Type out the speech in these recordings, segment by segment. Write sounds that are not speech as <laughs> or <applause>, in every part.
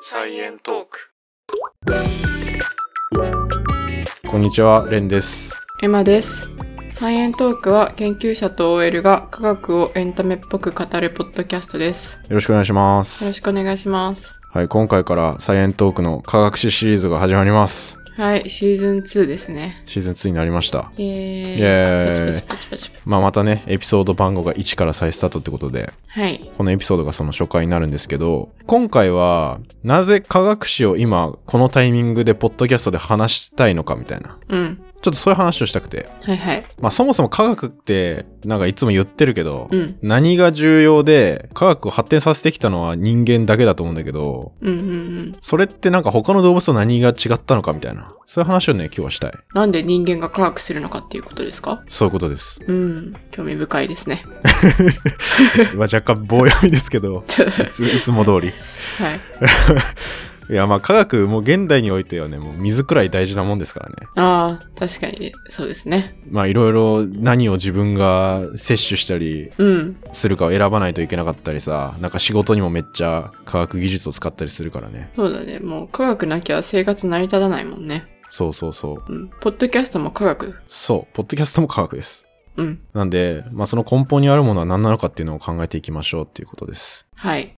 サイエントーク。こんにちは、レンです。エマです。サイエントークは研究者と OL が科学をエンタメっぽく語るポッドキャストです。よろしくお願いしまよろす。しくお願いします。はい、今回からサイエントークの科学史シリーズが始まります。はい、シーズン2ですね。シーズン2になりました。イエーイイ。エーイパチパチパチパチパチ。まあ、またね、エピソード番号が1から再スタートってことで、はい。このエピソードがその初回になるんですけど、今回は、なぜ科学史を今、このタイミングでポッドキャストで話したいのかみたいな。うん。ちょっとそういう話をしたくて。はいはい。まあ、そもそも科学って、なんかいつも言ってるけど、うん何が重要で、科学を発展させてきたのは人間だけだと思うんだけど、うんうんうん。それってなんか他の動物と何が違ったのかみたいな。そういう話をね、今日はしたい。なんで人間が科学するのかっていうことですかそういうことです。うん。興味深いですね。まあ若干棒読みですけ <laughs> ど、いついつも通り。はい。いや、まあ科学、もう現代においてはね、もう水くらい大事なもんですからね。ああ、確かにそうですね。まあいろいろ何を自分が摂取したりうん。するかを選ばないといけなかったりさ、なんか仕事にもめっちゃ科学技術を使ったりするからね。そうだね。もう科学なきゃ生活成り立たないもんね。そうそうそう。うん。ポッドキャストも科学。そう、ポッドキャストも科学です。うん。なんで、まあその根本にあるものは何なのかっていうのを考えていきましょうっていうことです。はい。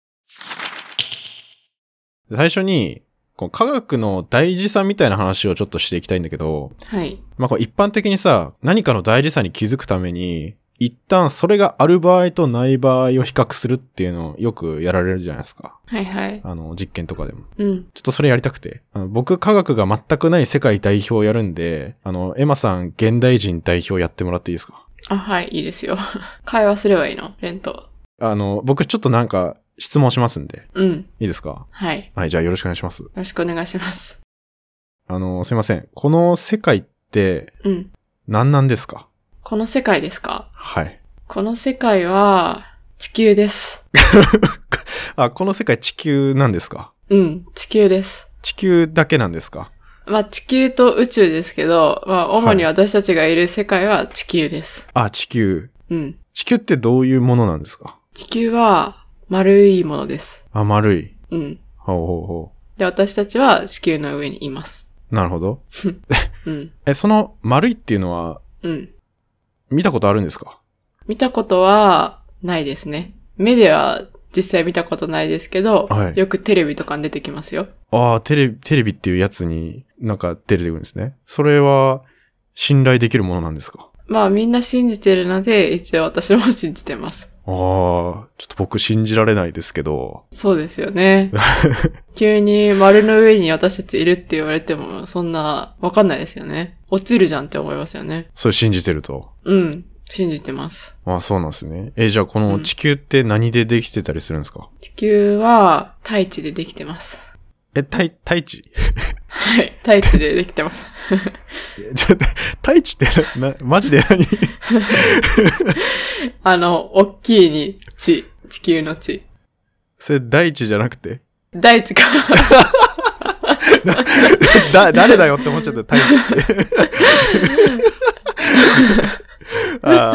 で最初に、こう科学の大事さみたいな話をちょっとしていきたいんだけど、はい。まあ、こう一般的にさ、何かの大事さに気づくために、一旦それがある場合とない場合を比較するっていうのをよくやられるじゃないですか。はいはい。あの、実験とかでも。うん。ちょっとそれやりたくて。あの僕、科学が全くない世界代表をやるんで、あの、エマさん、現代人代表やってもらっていいですかあ、はい、いいですよ。 <laughs> 会話すればいいの、レント。あの、僕ちょっとなんか質問しますんで、うん。いいですかはい。よはい、じゃあよろしくお願いします。ろしくお願いします。あの、すいません。この世界ってうん。何なんですかこの世界ですかはい。この世界は、地球です。あ、この世界地球なんですかうん、地球です。地球だけなんですかまあ、地球と宇宙ですけど、まあ、主に私たちがいる世界は地球です。あ、地球。うん。地球ってどういうものなんですか地球は、丸いものです。あ、丸い。うん。ほうほうほで、私たちは地球の上にいます。う。なるほど。うん。え、その丸いっていうのはうん。見たことあるんですか見たことは、ないですね。目では実際見たことないですけど、はいよくテレビとかに出てきますよ。ああ、テレビ、テレビっていうやつになんか出てくるんですね。それは信頼できるものなんですかまあみんな信じてるので、一応私も信じてます。ああ、ちょっと僕信じられないですけど。そうですよ <laughs> ね。急に丸の上に私たちいるって言われても、そんなわかんないですよね。落ちるじゃんって思いますよね。それ信じてると。うん。信じてます。あそうなんですね。え、じゃあこうのん地球って何でできてたりするんですか、地球は、大地でできてます。え、大、大地 <laughs> はい。大地でできてます。ちょっと、大地ってな、なマジで何あの、大きいに地。地球の地。それ大地じゃなくて <laughs> 大地か。だ、誰だよって思っちゃった、大地って。 <laughs> ああ、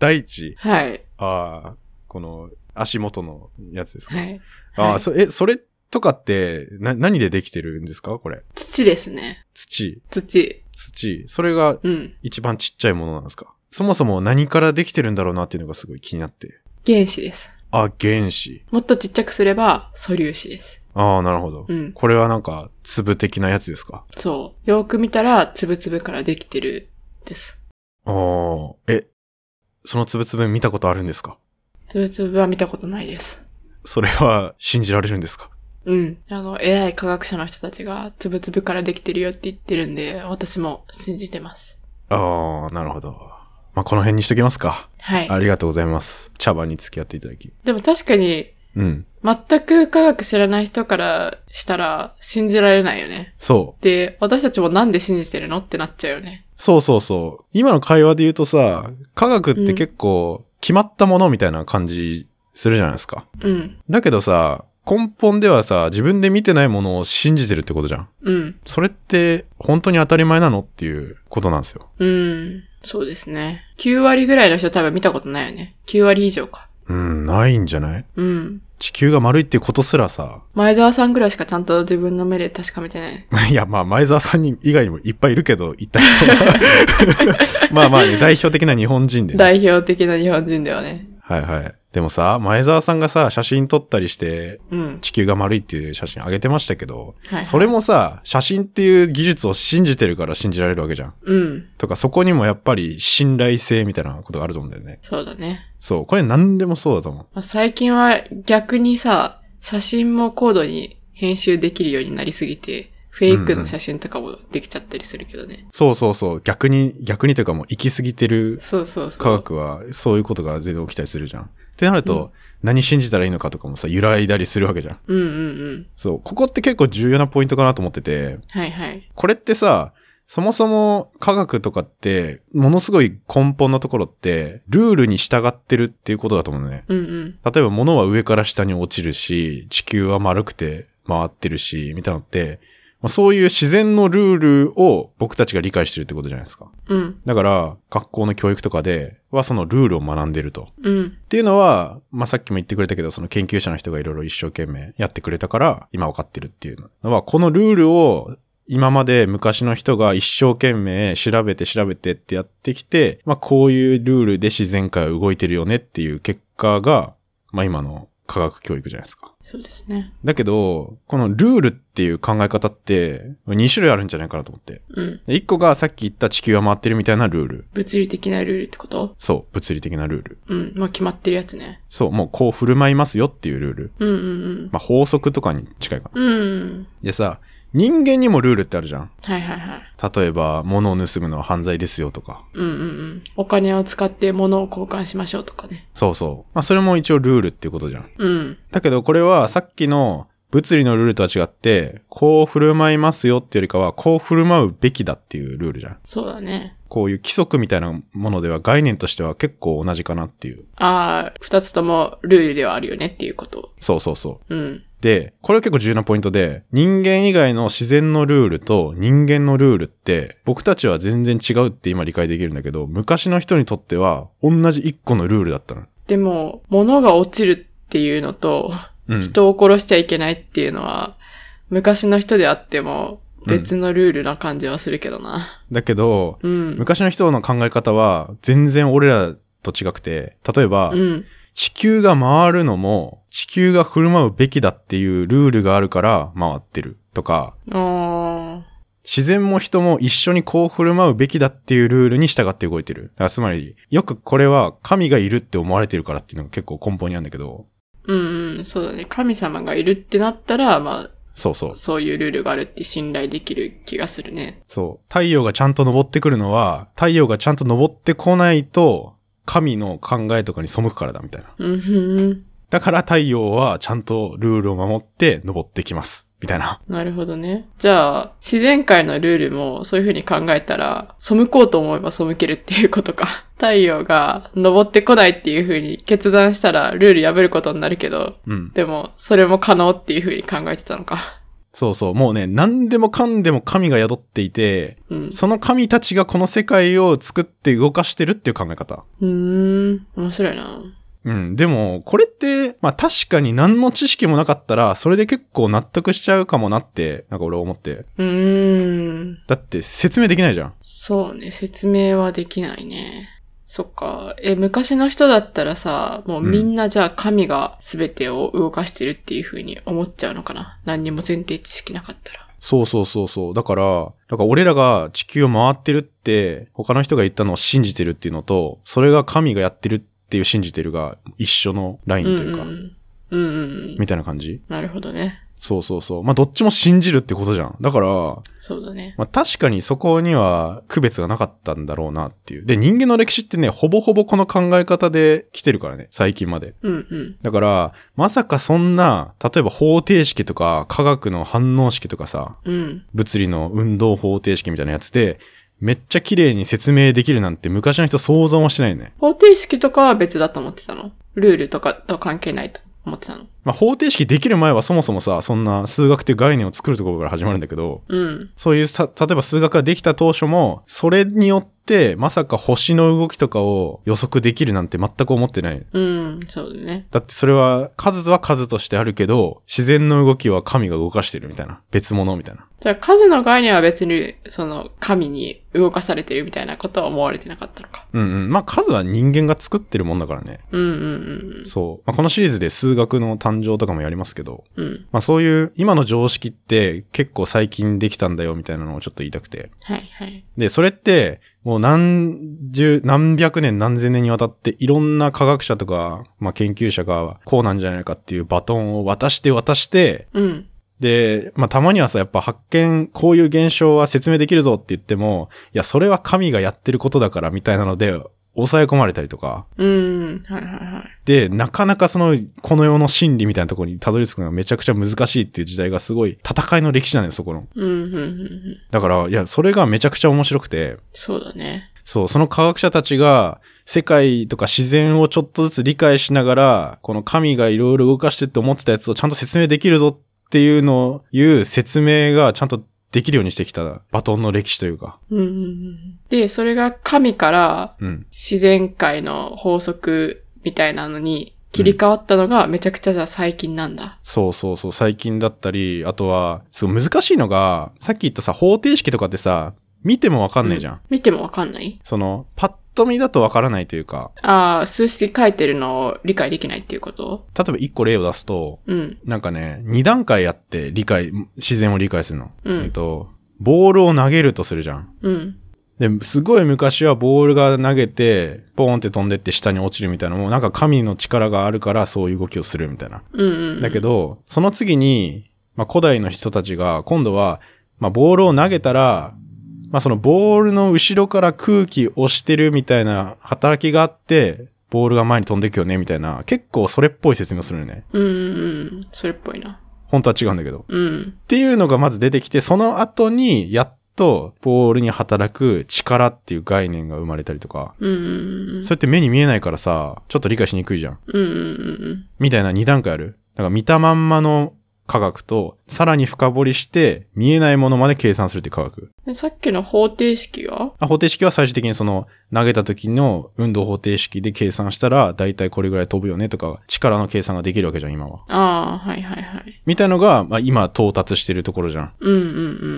大地。はい。ああ、この足元のやつですか。はい。あはあ、いそ、え、それとかって、な、何でできてるんですかこれ。土ですね。土、土。土。それがうん。一番ちっちゃいものなんですかそもそも何からできてるんだろうなっていうのがすごい気になって。原子です。あ、原子。もっとちっちゃくすれば、素粒子です。ああ、なるほど。うんこれはなんか、粒的なやつですかそう。よーく見たら、つぶつぶからできてる、です。ああ、え、その粒々見たことあるんですかつぶつぶは見たことないです。それは信じられるんですかうん。あの、偉い科学者の人たちが、つぶつぶからできてるよって言ってるんで、私も信じてます。ああ、なるほど。まあ、この辺にしときますか。はい。ありがとうございます。茶番に付き合っていただき。でも確かに、うん。全く科学知らない人からしたら、信じられないよね。そう。で、私たちもなんで信じてるのってなっちゃうよね。そうそうそう。今の会話で言うとさ、科学って結構決まったものみたいな感じするじゃないですか。うん。だけどさ、根本ではさ、自分で見てないものを信じてるってことじゃん。うん。それって本当に当たり前なのっていうことなんですよ。うん。そうですね。9割ぐらいの人多分見たことないよね。9割以上か。うん、ないんじゃないうん。地球が丸いっていうことすらさ、 <laughs> 前澤さんぐらいしかちゃんと自分の目で確かめてない。いや、まあ、前澤さんに以外にもいっぱいいるけど、行った人 <laughs> は。 <laughs> まあまあね、代表的な日本人で、ね。代表的な日本人ではね。はいはい。でもさ、前澤さんがさ、写真撮ったりして、うん。地球が丸いっていう写真上げてましたけど、はい。それもさ、写真っていう技術を信じてるから信じられるわけじゃん。うん。とか、そこにもやっぱり信頼性みたいなことがあると思うんだよね。そうだね。そう、これ何でもそうだと思う。まあ最近は逆にさ、写真も高度に編集できるようになりすぎて、フェイクの写真とかもできちゃったりするけどね。そうそうそう、逆に、逆にというかもう行き過ぎてるそうそうそう。科学は、そういうことが全然起きたりするじゃん。ってなると、何信じたらいいのかとかもさ、揺らいだりするわけじゃん。うんうんうん。そう、ここって結構重要なポイントかなと思ってて、はいはい。これってさ、そもそも科学とかって、ものすごい根本のところって、ルールに従ってるっていうことだと思うのね。うんうん。例えば物は上から下に落ちるし、地球は丸くて回ってるし、みたいなのって、まあ、そういう自然のルールを僕たちが理解してるってことじゃないですか。うん。だから、学校の教育とかではそのルールを学んでると。うん。っていうのは、まあ、さっきも言ってくれたけど、その研究者の人がいろいろ一生懸命やってくれたから、今分かってるっていうのは、このルールを今まで昔の人が一生懸命調べて調べてってやってきて、まあ、こういうルールで自然界は動いてるよねっていう結果が、まあ、今の科学教育じゃないですか。そうですね。だけど、このルールっていう考え方って、2種類あるんじゃないかなと思って。うん。 1個がさっき言った地球は回ってるみたいなルール。物理的なルールってことそう、物理的なルール。うん。まあ決まってるやつね。そう、もうこう振る舞いますよっていうルール。うんうんまあ、法則とかに近いかな。うん。うん。でさ、人間にもルールってあるじゃん。はいはいはい。例えば、物を盗むのは犯罪ですよとか。うんうんうん。お金を使って物を交換しましょうとかね。そうそう。まあ、それも一応ルールっていうことじゃん。うん。だけど、これはさっきの物理のルールとは違って、こう振る舞いますよっていうよりかは、こう振る舞うべきだっていうルールじゃん。そうだね。こういう規則みたいなものでは概念としては結構同じかなっていう。ああ、二つともルールではあるよねっていうこと。そうそうそう。うん。で、これは結構重要なポイントで、人間以外の自然のルールと人間のルールって、僕たちは全然違うって今理解できるんだけど、昔の人にとっては、同じ一個のルールだったの。でも、物が落ちるっていうのと、うん。人を殺しちゃいけないっていうのは、昔の人であっても、別のルールな感じはするけどな。だけど、うん。昔の人の考え方は、全然俺らと違くて、例えば、うん。地球が回るのも、地球が振る舞うべきだっていうルールがあるから回ってる。とか、あ自然も人も一緒にこう振る舞うべきだっていうルールに従って動いてる。だからつまり、よくこれは神がいるって思われてるからっていうのが結構根本にあるんだけど、ーうんうん、そうだね。神様がいるってなったら、まそうそうあ、。そういうルールがあるって信頼できる気がするね。そう。太陽がちゃんと昇ってくるのは、太陽がちゃんと昇ってこないと、神の考えとかに背くからだみたいな。うんふん。だから太陽はちゃんとルールを守って昇ってきます。みたいな。なるほどね。じゃあ、自然界のルールもそういう風に考えたら、背こうと思えば背けるっていうことか。 <laughs> 太陽が昇ってこないっていう風に決断したらルール破ることになるけど、うん。でも、それも可能っていう風に考えてたのか。そうそう。もうね、何でもかんでも神が宿っていて、うん。その神たちがこの世界を作って動かしてるっていう考え方。うーん。面白いな。うん。でも、これって、まあ確かに何の知識もなかったら、それで結構納得しちゃうかもなって、なんか俺思って。うーん。だって説明できないじゃん。そうね。説明はできないね。そっか。え、昔の人だったらさ、もうみんなじゃあ神が全てを動かしてるっていう風に思っちゃうのかな。何にも前提知識なかったら。そうそうそうそう。だから、だから俺らが地球を回ってるって、他の人が言ったのを信じてるっていうのと、それが神がやってるっていう信じてるが一緒のラインというか、うんうんうん、うんうんうん。みたいな感じなるほどね。そうそうそう。まあどっちも信じるってことじゃん。だから、そうだね。まあ確かにそこには区別がなかったんだろうなっていう。で、人間の歴史ってね、ほぼほぼこの考え方で来てるからね、最近まで。うんうん。だから、まさかそんな、例えば方程式とか、科学の反応式とかさ、うん。物理の運動方程式みたいなやつで、めっちゃ綺麗に説明できるなんて昔の人想像もしてないよね。方程式とかは別だと思ってたのルールとかと関係ないと思ってたのまあ、方程式できる前はそもそもさ、そんな数学っていう概念を作るところから始まるんだけど、うん。そういうさ、例えば数学ができた当初も、それによってまさか星の動きとかを予測できるなんて全く思ってない。うん、そうだね。だってそれは数は数としてあるけど、自然の動きは神が動かしてるみたいな。別物みたいな。じゃあ数の概念は別に、その、神に動かされてるみたいなことは思われてなかったのか。うんうん。まあ数は人間が作ってるもんだからね。うんうんそう。まあ、このシリーズで数学の誕生とかもやりますけど、うん。うん。まあそういう今の常識って結構最近できたんだよみたいなのをちょっと言いたくて。はいはい。で、それって、もう何十、何百年何千年にわたっていろんな科学者とか、まあ研究者がこうなんじゃないかっていうバトンを渡して渡して、うん。で、まあたまにはさ、やっぱ発見、こういう現象は説明できるぞって言っても、いや、それは神がやってることだからみたいなので、抑え込まれたりとか。うん。はいはいはい。で、なかなかその、この世の真理みたいなところにたどり着くのがめちゃくちゃ難しいっていう時代がすごい戦いの歴史なんです、そこの。うんうんうんうん。だから、いや、それがめちゃくちゃ面白くて、そうだね。そう、その科学者たちが世界とか自然をちょっとずつ理解しながら、この神がいろいろ動かしてって思ってたやつをちゃんと説明できるぞっていうのを、いう説明がちゃんとできるようにしてきたバトンの歴史というか。うんうんうん。で、それが神からうん。自然界の法則みたいなのに切り替わったのがめちゃくちゃじゃあ最近なんだ。そうそうそう、最近だったり、あとは、すごい難しいのが、さっき言ったさ、方程式とかってさ、見てもわかんないじゃん。見てもわかんないその、パッと見だとわからないというか、ああ、数式書いてるのを理解できないっていうこと例えば一個例を出すと、うん。なんかね、二段階あって理解、自然を理解するの。うんんと、ボールを投げるとするじゃん。うん。で、すごい昔はボールが投げて、ポーンって飛んでって下に落ちるみたいなのも、なんか神の力があるからそういう動きをするみたいな。うんうんうん。だけど、その次に、まあ古代の人たちが、今度は、まあボールを投げたら、まあそのボールの後ろから空気を押してるみたいな働きがあって、ボールが前に飛んでいくよねみたいな、結構それっぽい説明をするのね。うんうんうん。それっぽいな。本当は違うんだけど。うん。っていうのがまず出てきて、その後にやっとボールに働く力っていう概念が生まれたりとか、うんうんうん。それって目に見えないからさ、ちょっと理解しにくいじゃん。うんうんみたいな2段階ある。だから見たまんまの科学と、さらに深掘りして、見えないものまで計算するって科学。うん。さっきの方程式はあ方程式は最終的にその、投げた時の運動方程式で計算したら、だいたいこれぐらい飛ぶよねとか、力の計算ができるわけじゃん、今は。ああ、はいはいはい。みたいのが、まあ、今到達してるところじゃん。うんう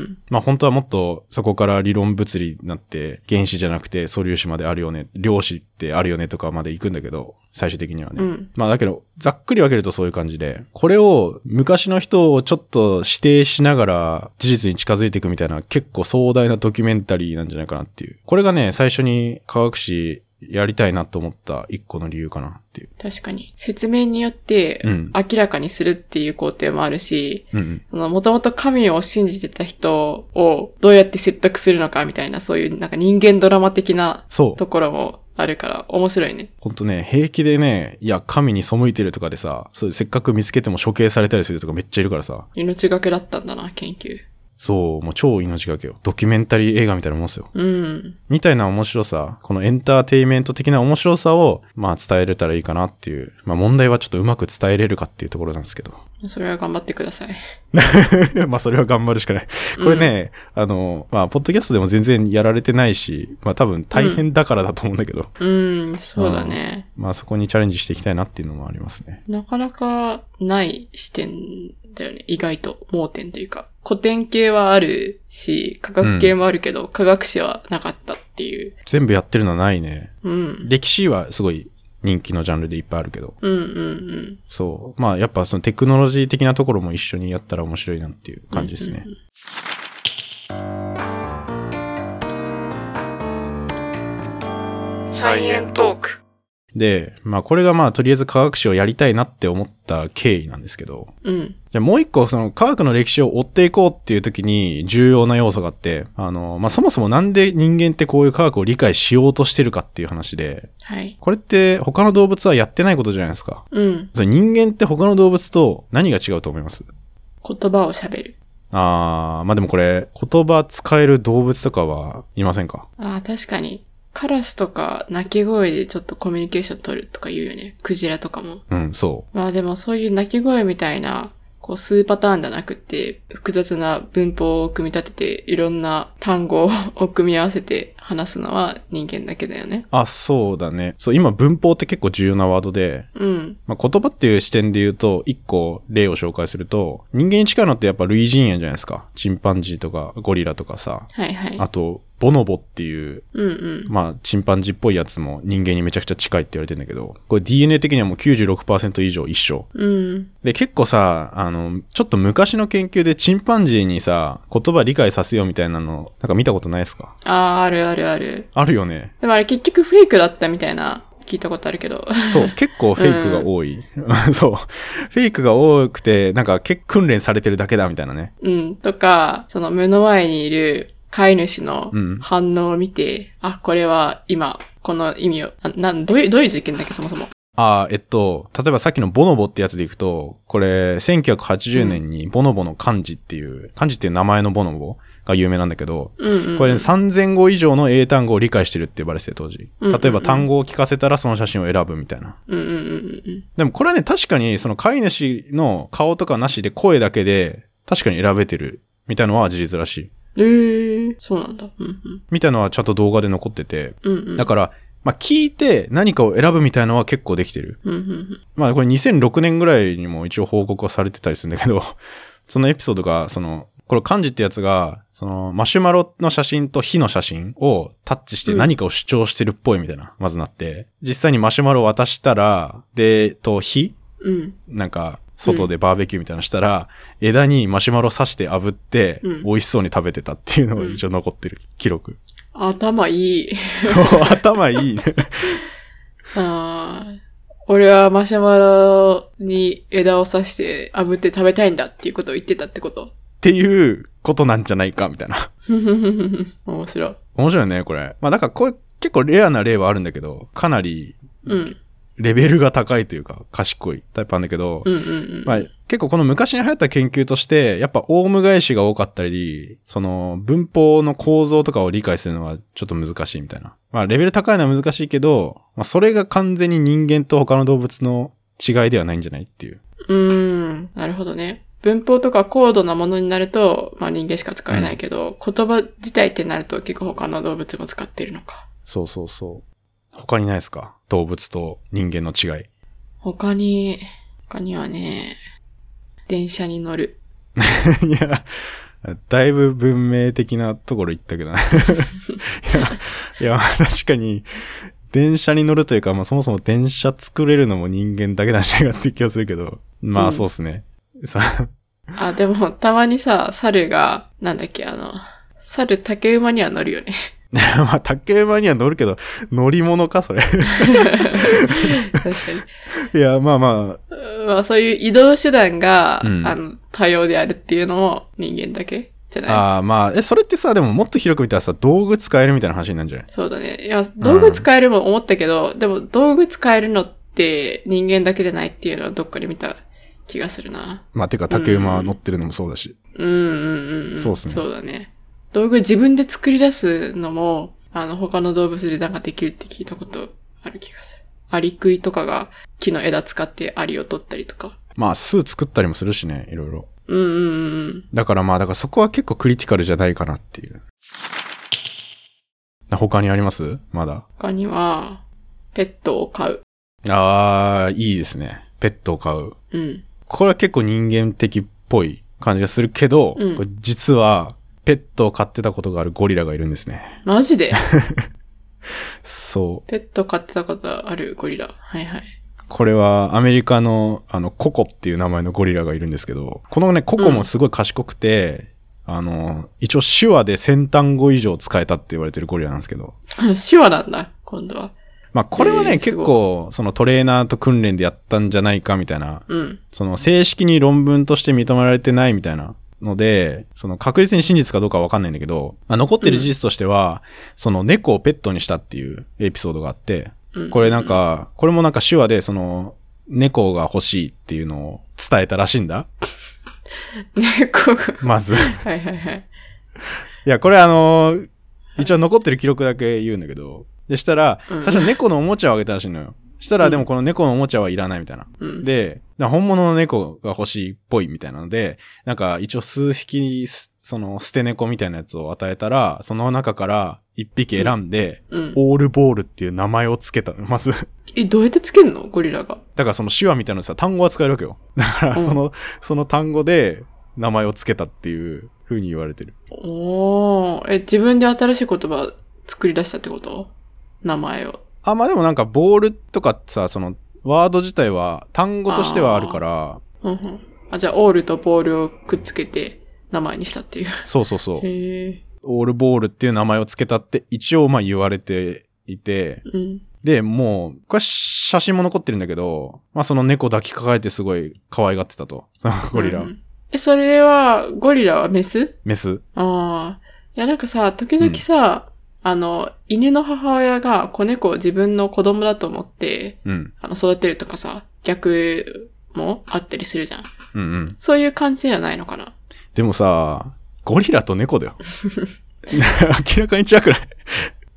んまあ本当はもっとそこから理論物理になって原子じゃなくて素粒子まであるよね、量子ってあるよねとかまで行くんだけど、最終的にはね。うん。うん。まあだけど、ざっくり分けるとそういう感じで、これを昔の人をちょっと指定しながら事実に近づいていくみたいな結構壮大なドキュメンタリーなんじゃないかなっていう。これがね、最初に科学史やりたいなと思った一個の理由かなっていう。確かに。説明によってうん明らかにするっていう工程もあるし、うんうん。その、もともと神を信じてた人をどうやって説得するのかみたいな、そういうなんか人間ドラマ的なそう。ところもあるから面白いね。ほんとね、平気でね、いや、神に背いてるとかでさ、そういうせっかく見つけても処刑されたりするとかめっちゃいるからさ。命がけだったんだな、研究。そう、もう超命がけよ。ドキュメンタリー映画みたいなもんですよ。うん。みたいな面白さ、このエンターテイメント的な面白さを、まあ伝えれたらいいかなっていう。まあ問題はちょっとうまく伝えれるかっていうところなんですけど。 <laughs> それは頑張ってください。まあそれは頑張るしかない。これね、あの、まあ、ポッドキャストでも全然やられてないし、まあ多分大変だからだと思うんだけど、うん、そうだね。まあそこにチャレンジしていきたいなっていうのもありますね。なかなかない視点だよね。意外と盲点というか。古典系はあるし、科学系もあるけど、科学史はなかったっていう。全部やってるのはないね。うん。歴史はすごい人気のジャンルでいっぱいあるけど。うんうんそう。まあやっぱそのテクノロジー的なところも一緒にやったら面白いなっていう感じですね。うん。サイエントーク。で、まあこれがまあとりあえず科学史をやりたいなって思った経緯なんですけど、うん。じゃあもう一個その科学の歴史を追っていこうっていう時に重要な要素があって、あの、まあそもそもなんで人間ってこういう科学を理解しようとしてるかっていう話で、はい。これって他の動物はやってないことじゃないですか。うん。それ人間って他の動物と何が違うと思います言葉を喋る。あー、まあでもこれ言葉使える動物とかはいませんかああ、確かに。カラスとか鳴き声でちょっとコミュニケーション取るとか言うよね。クジラとかも。うん、そまあでもそういう鳴き声みたいな、こう数パターンじゃなくて、複雑な文法を組み立てて、いろんな単語を組み合わせて話すのは人間だけだよねう。。あ、そうだね。そう、今文法って結構重要なワードで、うん。まあ、言葉っていう視点で言うと、一個例を紹介すると、人間に近いのってやっぱ類人猿じゃないですか。チンパンジーとかゴリラとかさ。はいはい。あと、ボノボっていう、うんうん。まあ、チンパンジーっぽいやつも人間にめちゃくちゃ近いって言われてんだけど、これ DNA 的にはもう96%以上一緒。うん。で、結構さ、あの、ちょっと昔の研究でチンパンジーにさ、言葉理解させようみたいなの、なんか見たことないですかああ、あるあるある。あるよね。でもあれ結局フェイクだったみたいな、聞いたことあるけど。 <laughs> そう、結構フェイクが多い。 <laughs> そう。フェイクが多くて、なんか結構訓練されてるだけだみたいなね。うん。とか、その目の前にいる飼い主のうん反応を見て、あ、これは今、この意味を、あなん、どういう、どういう実験だっけ、そもそも。ああ、えっと、例えばさっきのボノボってやつでいくと、これ、1980年にボノボの漢字っていう、漢字っていう名前のボノボが有名なんだけど、うん、うん。これ、ね、3000語以上の英単語を理解してるって呼ばれてて当時。うんうんうん例えば単語を聞かせたらその写真を選ぶみたいな。うんうんうんうんでもこれはね、確かにその飼い主の顔とかなしで声だけで確かに選べてるみたいのは事実らしい。うん。ええー、そうなんだ。うんうん。みたいのはちゃんと動画で残ってて。うんうん。だから、まあ聞いて何かを選ぶみたいのは結構できてる。うんうんうん。まあこれ2006年ぐらいにも一応報告はされてたりするんだけど、 <laughs> そのエピソードが、その、これ漢字ってやつが、そのマシュマロの写真と火の写真をタッチして何かを主張してるっぽいみたいな、まずなって。実際にマシュマロを渡したら、で、と火うん。なんか、外でバーベキューみたいなのしたら、枝にマシュマロ刺して炙って、うん美味しそうに食べてたっていうのが一応残ってる記録。頭い <laughs> い。そう、頭いい。ああ。俺はマシュマロに枝を刺して炙って食べたいんだっていうことを言ってたってこと。 <laughs> っていうことなんじゃないか、みたいな。ふふふふふ面白い。面白いね、これ。まあ、だからこれ結構レアな例はあるんだけど、かなりうん。レベルが高いというか、賢いタイプなんだけど、うんうんうん。まあ、結構この昔に流行った研究として、やっぱオウム返しが多かったり、その文法の構造とかを理解するのはちょっと難しいみたいな。まあ、レベル高いのは難しいけど、まあ、それが完全に人間と他の動物の違いではないんじゃないっていう。うーん、なるほどね。文法とか高度なものになると、まあ人間しか使えないけど、言葉自体ってなると結構他の動物も使ってるのか。そうそうそう。他にないですか動物と人間の違い。他に、他にはね、電車に乗る。いや、だいぶ文明的なところ行ったけどな。いや、いや確かに、電車に乗るというか、まあそもそも電車作れるのも人間だけなんじゃないかっていう気がするけど、まうあんそうっすね。さ <laughs> あ、でもたまにさ、猿が、なんだっけ、あの、猿竹馬には乗るよ <laughs> ね。まあ竹馬には乗るけど、乗り物か、それ。 <laughs> 確かいや、まあまあ、に。まあそういう移動手段が、うんあの、多様であるっていうのも人間だけじゃないああまあ、え、それってさ、でももっと広く見たらさ、道具使えるみたいな話になるんじゃないそうだね。いや、道具使えるも思ったけど、でも道具使えるのって人間だけじゃないっていうのはどっかで見た気がするな。まあ、てか竹馬乗ってるのもそうだし。うんうんうんうん。そうっすねそうだね。道具自分で作り出すのも、あの、他の動物でなんかできるって聞いたことある気がする。アリクイとかが木の枝使ってアリを取ったりとか。まあ、巣作ったりもするしね、いろいろ。うんうんうんうん。だからまあ、だからそこは結構クリティカルじゃないかなっていう。他にありますまだ。他には、ペットを飼う。ああ、いいですね。ペットを飼う。うん。これは結構人間的っぽい感じがするけど、うんこれ実は、ペットを飼ってたことがあるゴリラがいるんですね。マ <laughs> ジでそう。ペット飼ってたことあるゴリラ。はいはい。 <laughs> これはアメリカの、あの、ココっていう名前のゴリラがいるんですけど、このね、ココもすごい賢くて、あの、一応手話で先端語以上使えたって言われてるゴリラなんですけど、手話なんだ、今度は。まあこれはね、えー結構そのトレーナーと訓練でやったんじゃないかみたいな、うん。その正式に論文として認められてないみたいなので、その確実に真実かどうかはわかんないんだけど、まあ、残ってる事実としては、その猫をペットにしたっていうエピソードがあって、うん <laughs> これなんか、これもなんか手話でその猫が欲しいっていうのを伝えたらしいんだ。猫が。まず。はいはいはい。いや、これあのー一応残ってる記録だけ言うんだけど、でしたら、うん最初猫のおもちゃをあげたらしいのよ。したら、うんでもこの猫のおもちゃはいらないみたいな。うん。で、な本物の猫が欲しいっぽいみたいなので、なんか一応数匹、すその捨て猫みたいなやつを与えたら、その中から一匹選んで、うん。オールボールっていう名前をつけたの、まず。え、どうやってつけんのゴリラが。だからその手話みたいなのさ、単語は使えるわけよ。だからうんその、その単語で名前をつけたっていう風に言われてる。おー。え、自分で新しい言葉作り出したってこと名前を。あ、まあでもなんかボールとかさ、その、ワード自体は単語としてはあるから、うんうん。あ、じゃあ、オールとボールをくっつけて名前にしたっていう。そうそうそう。へえ。オールボールっていう名前をつけたって一応まあ言われていて、うん。で、もう、これ写真も残ってるんだけど、まあその猫抱きかかえてすごい可愛がってたと。 <laughs> そのゴリラ、うんえ、それは、ゴリラはメスメス。ああ。いや、なんかさ、時々さ、あの、犬の母親が子猫を自分の子供だと思って、うん。あの、育てるとかさ、逆もあったりするじゃん。うんうん。そういう感じじゃないのかな。でもさ、ゴリラと猫だよ。 <laughs> 明らかに違くない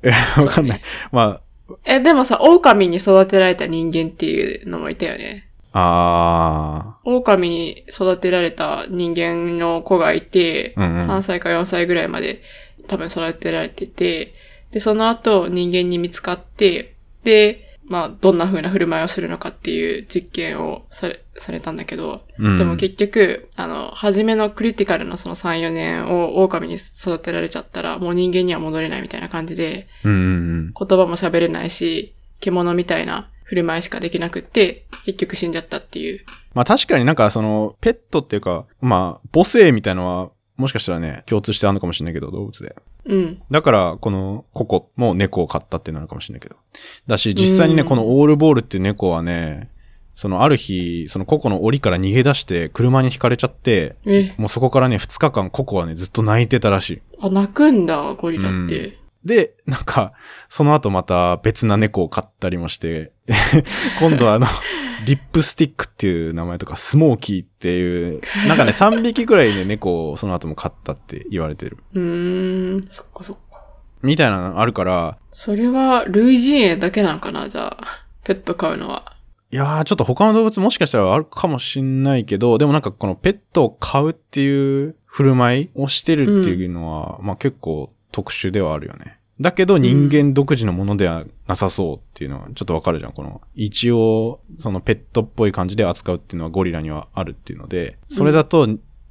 <laughs> え、わかんない。まえ、でもさ、狼に育てられた人間っていうのもいたよね。あ、あ狼に育てられた人間の子がいて、うんうん3歳か4歳ぐらいまで多分育てられてて、で、その後人間に見つかって、で、まあ、どんな風な振る舞いをするのかっていう実験をされ、されたんだけど、ー。うん、でも結局、あの、初めのクリティカルのその3、4年を狼に育てられちゃったら、もう人間には戻れないみたいな感じで、うんうんうん。言葉も喋れないし、獣みたいな振る舞いしかできなくって、結局死んじゃったっていう。まあ確かになんかその、ペットっていうか、まあ、母性みたいのは、もしかしたらね、共通してあるのかもしれないけど、動物で。うん。だから、このココも猫を飼ったってなるかもしれないけど。だし、実際にね、うんこのオールボールっていう猫はね、そのある日、そのココの檻から逃げ出して、車にひかれちゃって、え、もうそこからね、2日間ココはね、ずっと泣いてたらしい。あ、泣くんだ、ゴリラって。で、なんか、その後また別な猫を飼ったりもして、 <laughs> 今度はあの、リップスティックっていう名前とか、スモーキーっていう、なんかね、3匹くらいね、猫をその後も飼ったって言われてる。うーん、そっかそっか。みたいなのあるから、それは、類人猿だけなのかな、じゃあ。ペット飼うのは。いやー、ちょっと他の動物もしかしたらあるかもしんないけど、でもなんかこのペットを飼うっていう振る舞いをしてるっていうのは、まあ結構特殊ではあるよね。だけど人間独自のものではなさそうっていうのはちょっとわかるじゃん。この一応そのペットっぽい感じで扱うっていうのはゴリラにはあるっていうので、それだと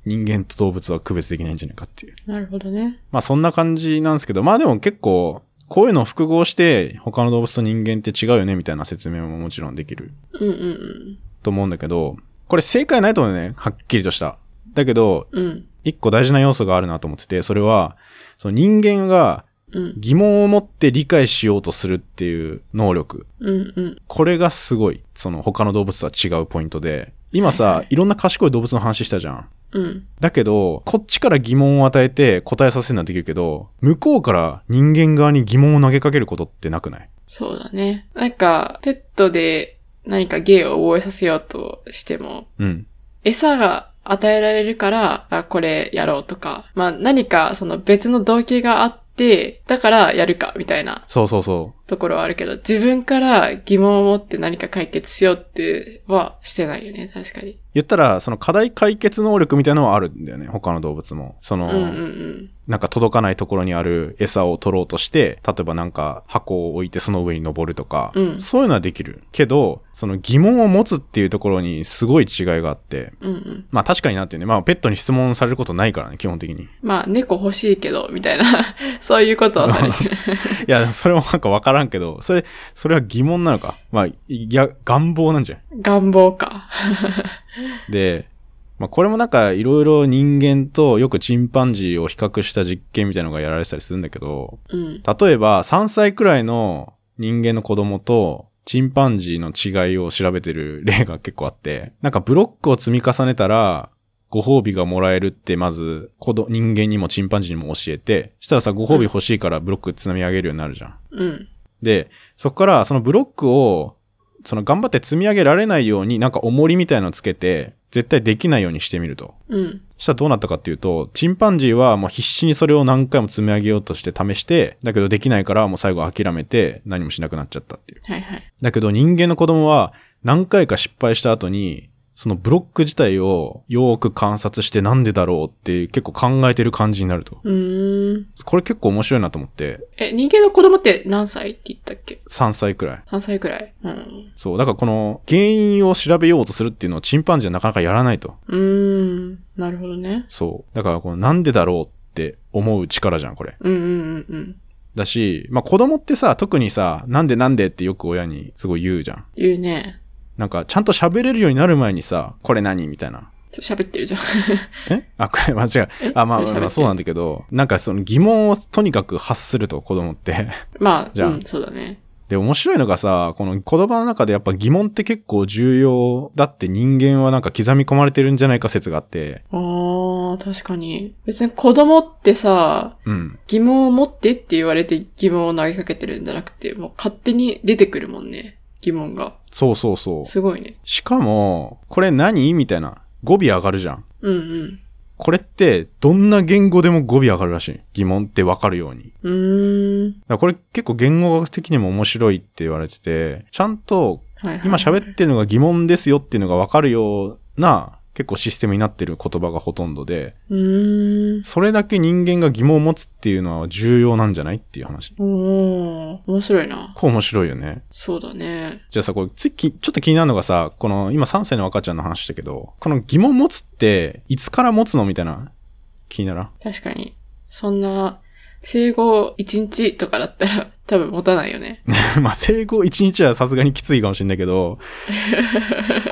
人間と動物は区別できないんじゃないかっていう。なるほどね。まあそんな感じなんですけど、まあでも結構こういうのを複合して他の動物と人間って違うよねみたいな説明ももちろんできるうんうんと思うんだけど、これ正解ないと思うよね、はっきりとした。だけど、うん。うん。一個大事な要素があるなと思ってて、それは、その人間がうん。疑問を持って理解しようとするっていう能力。うんうん。これがすごい、その他の動物とは違うポイントで、今はいさはい、いろんな賢い動物の話したじゃん。うん。だけど、こっちから疑問を与えて答えさせるのはできるけど、向こうから人間側に疑問を投げかけることってなくないそうだね。なんか、ペットで何か芸を覚えさせようとしても、うん。餌が与えられるから、あ、これやろうとか、まあ何かその別の動機があって、だからやるかみたいなそうそうそう。ところはあるけど、自分から疑問を持って何か解決しようってはしてないよね、確かに。言ったら、その課題解決能力みたいなのはあるんだよね、他の動物も。その、うんうんうん。なんか届かないところにある餌を取ろうとして、例えばなんか箱を置いてその上に登るとか、うんそういうのはできる。けど、その疑問を持つっていうところにすごい違いがあって、うんうん。まあ確かになっていうね、まあペットに質問されることないからね、基本的に。いまあ猫欲しいけど、みたいな、 <laughs> そういうことはされてる。や、それもなんかわからんけど、それ、それは疑問なのか。まあ、いや、願望なんじゃん。願望か。で、まあ、これもなんかいろいろ人間とよくチンパンジーを比較した実験みたいなのがやられてたりするんだけど、うん。例えば3歳くらいの人間の子供とチンパンジーの違いを調べてる例が結構あって、なんかブロックを積み重ねたら、ご褒美がもらえるってまず、子ど人間にもチンパンジーにも教えて、したらさ、ご褒美欲しいからブロック積み上げるようになるじゃん。うん。で、そこからそのブロックを、その頑張って積み上げられないように、なんか重りみたいのつけて、絶対できないようにしてみると。うん。したらどうなったかっていうと、チンパンジーはもう必死にそれを何回も積み上げようとして試して、だけどできないからもう最後諦めて何もしなくなっちゃったっていう。はいはい。だけど人間の子供は何回か失敗した後に、そのブロック自体をよーく観察してなんでだろうって結構考えてる感じになると。うーん。これ結構面白いなと思って、え、人間の子供って何歳って言ったっけ3歳くらい。 ?3 歳くらい。うん。そう。だからこの原因を調べようとするっていうのをチンパンジーはなかなかやらないと。うーん。なるほどね。そう。だからこのなんでだろうって思う力じゃん、これ。うんうんうんうん。だし、まあ子供ってさ、特にさ、なんでなんでってよく親にすごい言うじゃん。言うね。なんかちゃんと喋れるようになる前にさ、これ何みたいな。ちょ喋ってるじゃん。 <laughs> えあ、これ間違う。あ、まあまあそれ喋ってまあそうなんだけど、なんかその疑問をとにかく発すると子供って。 <laughs> まあ、じゃあうん、そうだね。で、面白いのがさ、この言葉の中でやっぱ疑問って結構重要だって人間はなんか刻み込まれてるんじゃないか説があって、あー、確かに。別に子供ってさ、うん。疑問を持ってって言われて疑問を投げかけてるんじゃなくて、もう勝手に出てくるもんね。疑問が。そうそうそう。すごいね。しかも、これ何みたいな。語尾上がるじゃん。うんうん。これって、どんな言語でも語尾上がるらしい。疑問ってわかるように。うーん。だからこれ結構言語学的にも面白いって言われてて、ちゃんとはい、はい。今喋ってるのが疑問ですよっていうのがわかるような結構システムになってる言葉がほとんどで、うーん。それだけ人間が疑問を持つっていうのは重要なんじゃないっていう話。おー、面白いな。こう面白いよね。そうだね。じゃあさ、これつき、ちょっと気になるのがさ、この今3歳の赤ちゃんの話だけど、この疑問持つっていつから持つのみたいな気にならん確かに。そんな、生後1日とかだったら多分持たないよね。 <laughs> まあ、生後1日はさすがにきついかもしれないけ <laughs> ど、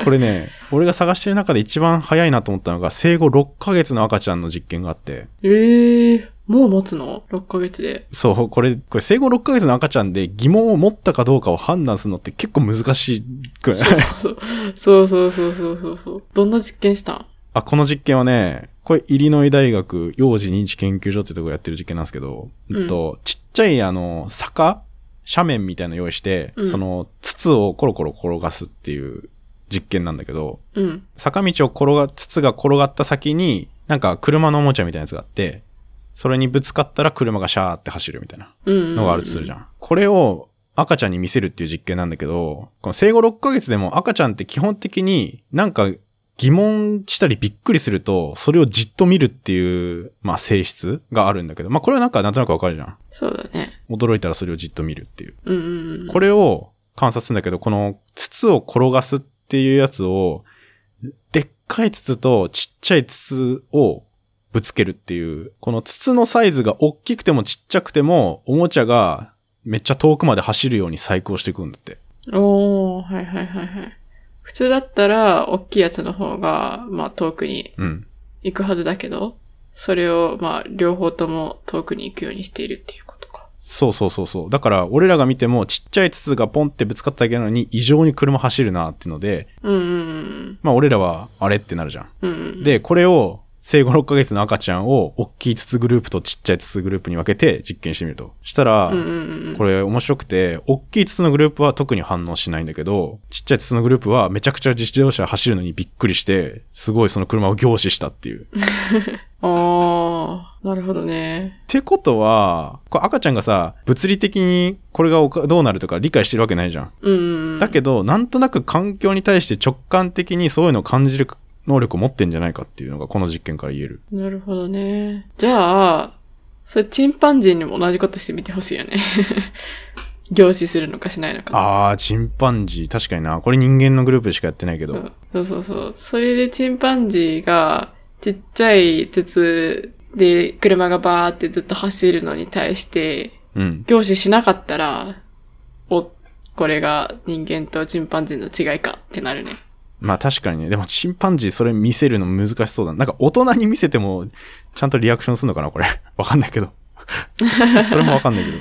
これね、俺が探してる中で一番早いなと思ったのが、生後6ヶ月の赤ちゃんの実験があって、ええー、もう持つの ?6 ヶ月で。そう、これ、これ生後6ヶ月の赤ちゃんで疑問を持ったかどうかを判断するのって結構難しいくらい。そうそうそうそうそうそう。どんな実験したん <laughs> あ、この実験はね、これ、イリノイ大学幼児認知研究所ってとこやってる実験なんですけど、うんうんと、ちっちゃいあの、坂斜面みたいなの用意して、うんその、筒をコロコロ転がすっていう実験なんだけど、うん。坂道を転が、筒が転がった先に、なんか車のおもちゃみたいなやつがあって、それにぶつかったら車がシャーって走るみたいなうんうん、うん。のがあるとするじゃん。これを赤ちゃんに見せるっていう実験なんだけど、この生後6ヶ月でも赤ちゃんって基本的になんか疑問したりびっくりすると、それをじっと見るっていう、まあ性質があるんだけど、まあこれはなんかなんとなくわかるじゃん。そうだね。驚いたらそれをじっと見るっていう。うんうんうん。これを観察するんだけど、この筒を転がすっていうやつを、でっかい筒とちっちゃい筒をぶつけるっていう、この筒のサイズが大きくてもちっちゃくても、おもちゃがめっちゃ遠くまで走るように細工をしていくんだって。おー、はいはいはいはい。普通だったら、大きいやつの方が、まあ遠くにうん。行くはずだけど、それを、まあ両方とも遠くに行くようにしているっていうことか。そうそうそうそう。だから、俺らが見ても、ちっちゃい筒がポンってぶつかっただけなのに、異常に車走るなっていうので、うんうんまあ、俺らは、あれってなるじゃん。うん。うんうん。で、これを、生後6ヶ月の赤ちゃんを、大きい筒グループとちっちゃい筒グループに分けて実験してみると。したらう、んうんうんうん。これ面白くて、大きい筒のグループは特に反応しないんだけど、ちっちゃい筒のグループはめちゃくちゃ自動車走るのにびっくりして、すごいその車を凝視したっていう。っああ、なるほどね。てことは、これ赤ちゃんがさ、物理的にこれがおかどうなるとか理解してるわけないじゃん。うんうんうん。だけど、なんとなく環境に対して直感的にそういうのを感じる能力を持ってんじゃないかっていうのがこの実験から言える。なるほどね。じゃあ、それチンパンジーにも同じことしてみてほしいよね。 <laughs> 凝視するのかしないのか。あー、チンパンジー。確かにな。これ人間のグループしかやってないけそどう。そうそうそう。それでチンパンジーが、ちっちゃい筒で車がバーってずっと走るのに対して、うん。凝視しなかったら、お、これが人間とチンパンジーの違いかってなるね。まあ確かにね。でもチンパンジーそれ見せるの難しそうだな。なんか大人に見せても、ちゃんとリアクションするのかなこれ。 <laughs> わかんないけど。それもわかんないけど。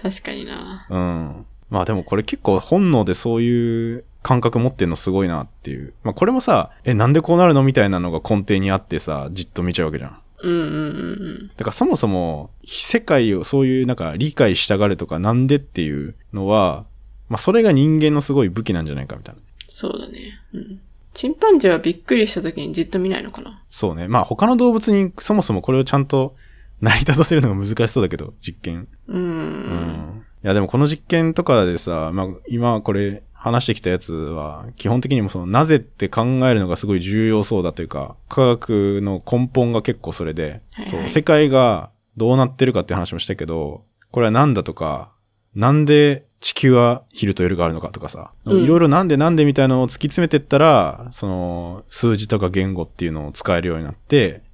確かにな。うん。まあでもこれ結構本能でそういう感覚持ってんのすごいなっていう。まあこれもさ、え、なんでこうなるのみたいなのが根底にあってさ、じっと見ちゃうわけじゃん。うんうんうんうん。だからそもそも、世界をそういうなんか理解したがるとかなんでっていうのは、まあそれが人間のすごい武器なんじゃないかみたいな。そうだね。うん。チンパンジーはびっくりした時にじっと見ないのかなそうね。まあ他の動物にそもそもこれをちゃんと成り立たせるのが難しそうだけど、実験。うー。うんん。いやでもこの実験とかでさ、まあ今これ話してきたやつは、基本的にもそのなぜって考えるのがすごい重要そうだというか、科学の根本が結構それで、はいはいそう、世界がどうなってるかって話もしたけど、これはなんだとか、なんで地球は昼と夜があるのかとかさ、いうんろいろなんでなんでみたいなのを突き詰めてったら、その数字とか言語っていうのを使えるようになって、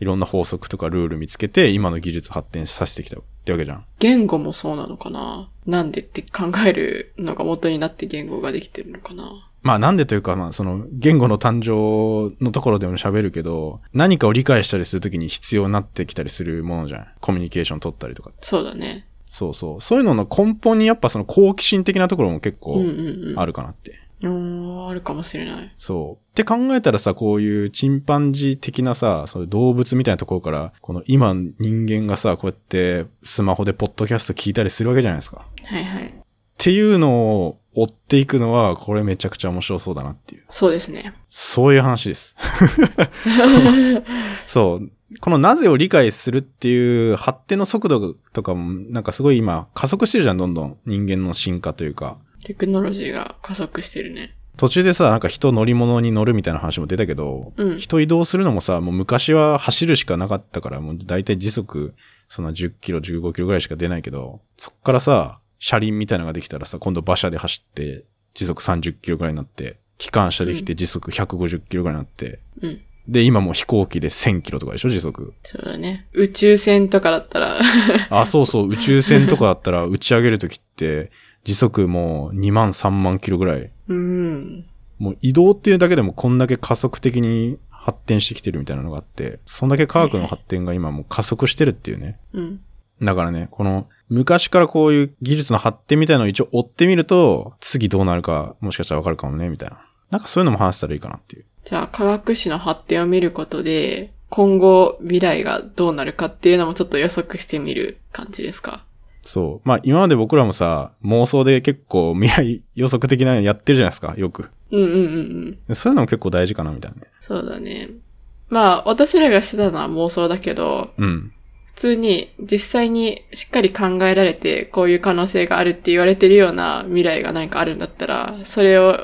いろんな法則とかルール見つけて、今の技術発展させてきたってわけじゃん。言語もそうなのかななんでって考えるのが元になって言語ができてるのかなまあなんでというか、まあその言語の誕生のところでも喋るけど、何かを理解したりするときに必要になってきたりするものじゃん。コミュニケーション取ったりとか。そうだね。そうそう。そういうのの根本にやっぱその好奇心的なところも結う構んうんうん。あるかなって。うん。あるかもしれない。そう。って考えたらさ、こういうチンパンジー的なさ、そういう動物みたいなところから、この今人間がさ、こうやってスマホでポッドキャスト聞いたりするわけじゃないですか。っはいはい。ていうのを追っていくのは、これめちゃくちゃ面白そうだなっていう。そうですね。そういう話 <laughs> です。そう。このなぜを理解するっていう発展の速度とかも、なんかすごい今加速してるじゃん、どんどん。人間の進化というか。テクノロジーが加速してるね。途中でさ、なんか人乗り物に乗るみたいな話も出たけど、うん人移動するのもさ、もう昔は走るしかなかったから、もう大体時速、その10キロ、15キロぐらいしか出ないけど、そっからさ、車輪みたいなのができたらさ、今度馬車で走って、時速30キロぐらいになって、機関車できて時速150キロぐらいになって、うん。で、今もう飛行機で1000キロとかでしょ、時速。そうだね。宇宙船とかだったら、 <laughs> あ、そうそう、宇宙船とかだったら打ち上げるときって、時速もう2万3万キロぐらい。うん。もう移動っていうだけでもこんだけ加速的に発展してきてるみたいなのがあって、そんだけ科学の発展が今もう加速してるっていうね。うん。だからね、この昔からこういう技術の発展みたいなのを一応追ってみると、次どうなるかもしかしたらわかるかもね、みたいな。なんかそういうのも話せたらいいかなっていう。じゃあ、科学史の発展を見ることで、今後未来がどうなるかっていうのもちょっと予測してみる感じですか。そう。まあ今まで僕らもさ、妄想で結構未来予測的なのやってるじゃないですか、よく。うんうんうんうん。でそういうのも結構大事かな、みたいなね。そうだね。まあ、私らがしてたのは妄想だけど、うん。普通に実際にしっかり考えられて、こういう可能性があるって言われてるような未来が何かあるんだったら、それを、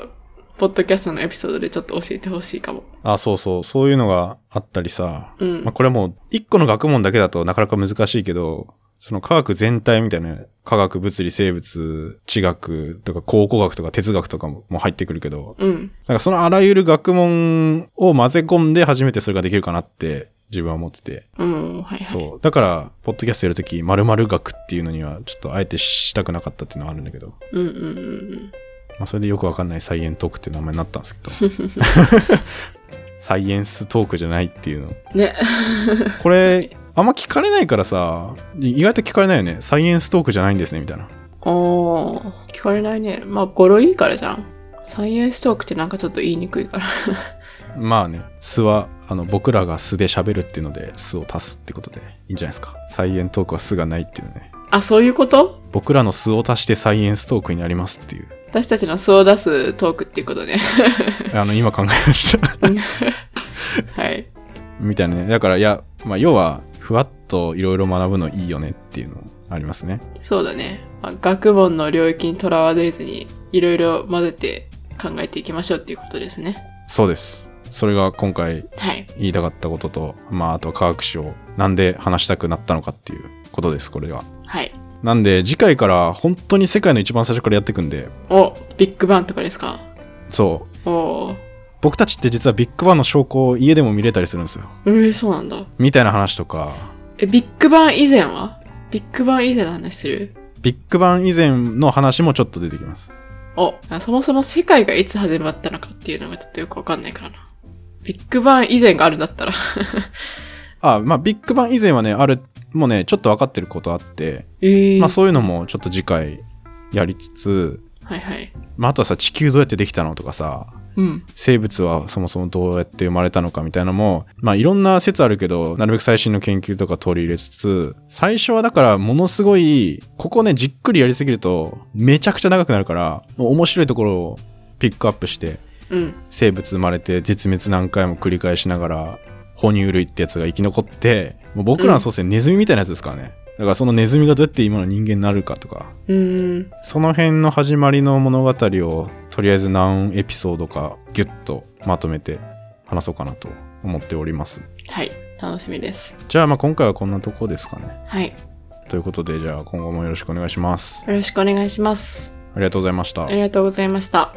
ポッドキャストのエピソードでちょっと教えてほしいかも。あ、そうそう、そういうのがあったりさ、うんまあ、これはもう、一個の学問だけだとなかなか難しいけど、その科学全体みたいな、科学、物理、生物、地学とか考古学とか哲学とかももう入ってくるけど、うん。なんかそのあらゆる学問を混ぜ込んで初めてそれができるかなって自分は思ってて。うん、はいはい。そう。だから、ポッドキャストやるとき、〇〇学っていうのには、ちょっとあえてしたくなかったっていうのはあるんだけど、うんうんうんうん。まあ、それでよくわかんないサイエントークって名前になったんですけど、サイエンストークじゃないっていうの。ね。これあんま聞かれないからさい意外と聞かれないよねサイエンストークじゃないんですねみたいなおー、聞かれないね。まあ、語呂いいからじゃん。サイエンストークってなんかちょっと言いにくいから。 <laughs> まあね素はあの僕らが素で喋るっていうので素を足すってことでいいんじゃないですかサイエントークは素がないっていうねあ、そういうこと僕らの素を足してサイエンストークになりますっていう私たちの素を出すトークっていうこと <laughs> ね。あの今考えました <laughs> はい。みたいなねだからいや、まあ、要はふわっといろいろ学ぶのいいよねっていうのありますねそうだね。まあ、学問の領域にとらわれずに、いろいろ混ぜて考えていきましょうっていうことですね。そうですそれが今回はい。言いたかったことと、まあ、あとは科学史をなんで話したくなったのかっていうことですこれははい。なんで次回から本当に世界の一番最初からやっていくんでお、ビッグバンとかですかそうおー。僕たちって実はビッグバンの証拠を家でも見れたりするんですよえー、そうなんだ。みたいな話とかえ、ビッグバン以前はビッグバン以前の話するビッグバン以前の話もちょっと出てきますお、あそもそも世界がいつ始まったのかっていうのがちょっとよくわかんないからな。ビッグバン以前があるんだったら。 <laughs> あまあビッグバン以前はねあるもうねちょっと分かってることあって、ええまあそういうのもちょっと次回やりつつ、はいはい。まあ、あとはさ地球どうやってできたのとかさうん。生物はそもそもどうやって生まれたのかみたいなのも、まあいろんな説あるけど、なるべく最新の研究とか取り入れつつ、最初はだからものすごい、ここね、じっくりやりすぎると、めちゃくちゃ長くなるから、面白いところをピックアップして、うん。生物生まれて絶滅何回も繰り返しながら哺乳類ってやつが生き残ってもう僕らの祖先ネズミみたいなやつですからね、だからそのネズミがどうやって今の人間になるかとかうーん。その辺の始まりの物語をとりあえず何エピソードかギュッとまとめて話そうかなと思っておりますはい。楽しみです。じゃあまあ今回はこんなとこですかねはい。よということでじゃあ今後もよろしくお願いしますろしくお願いします。ありがとうございましたありがとうございました。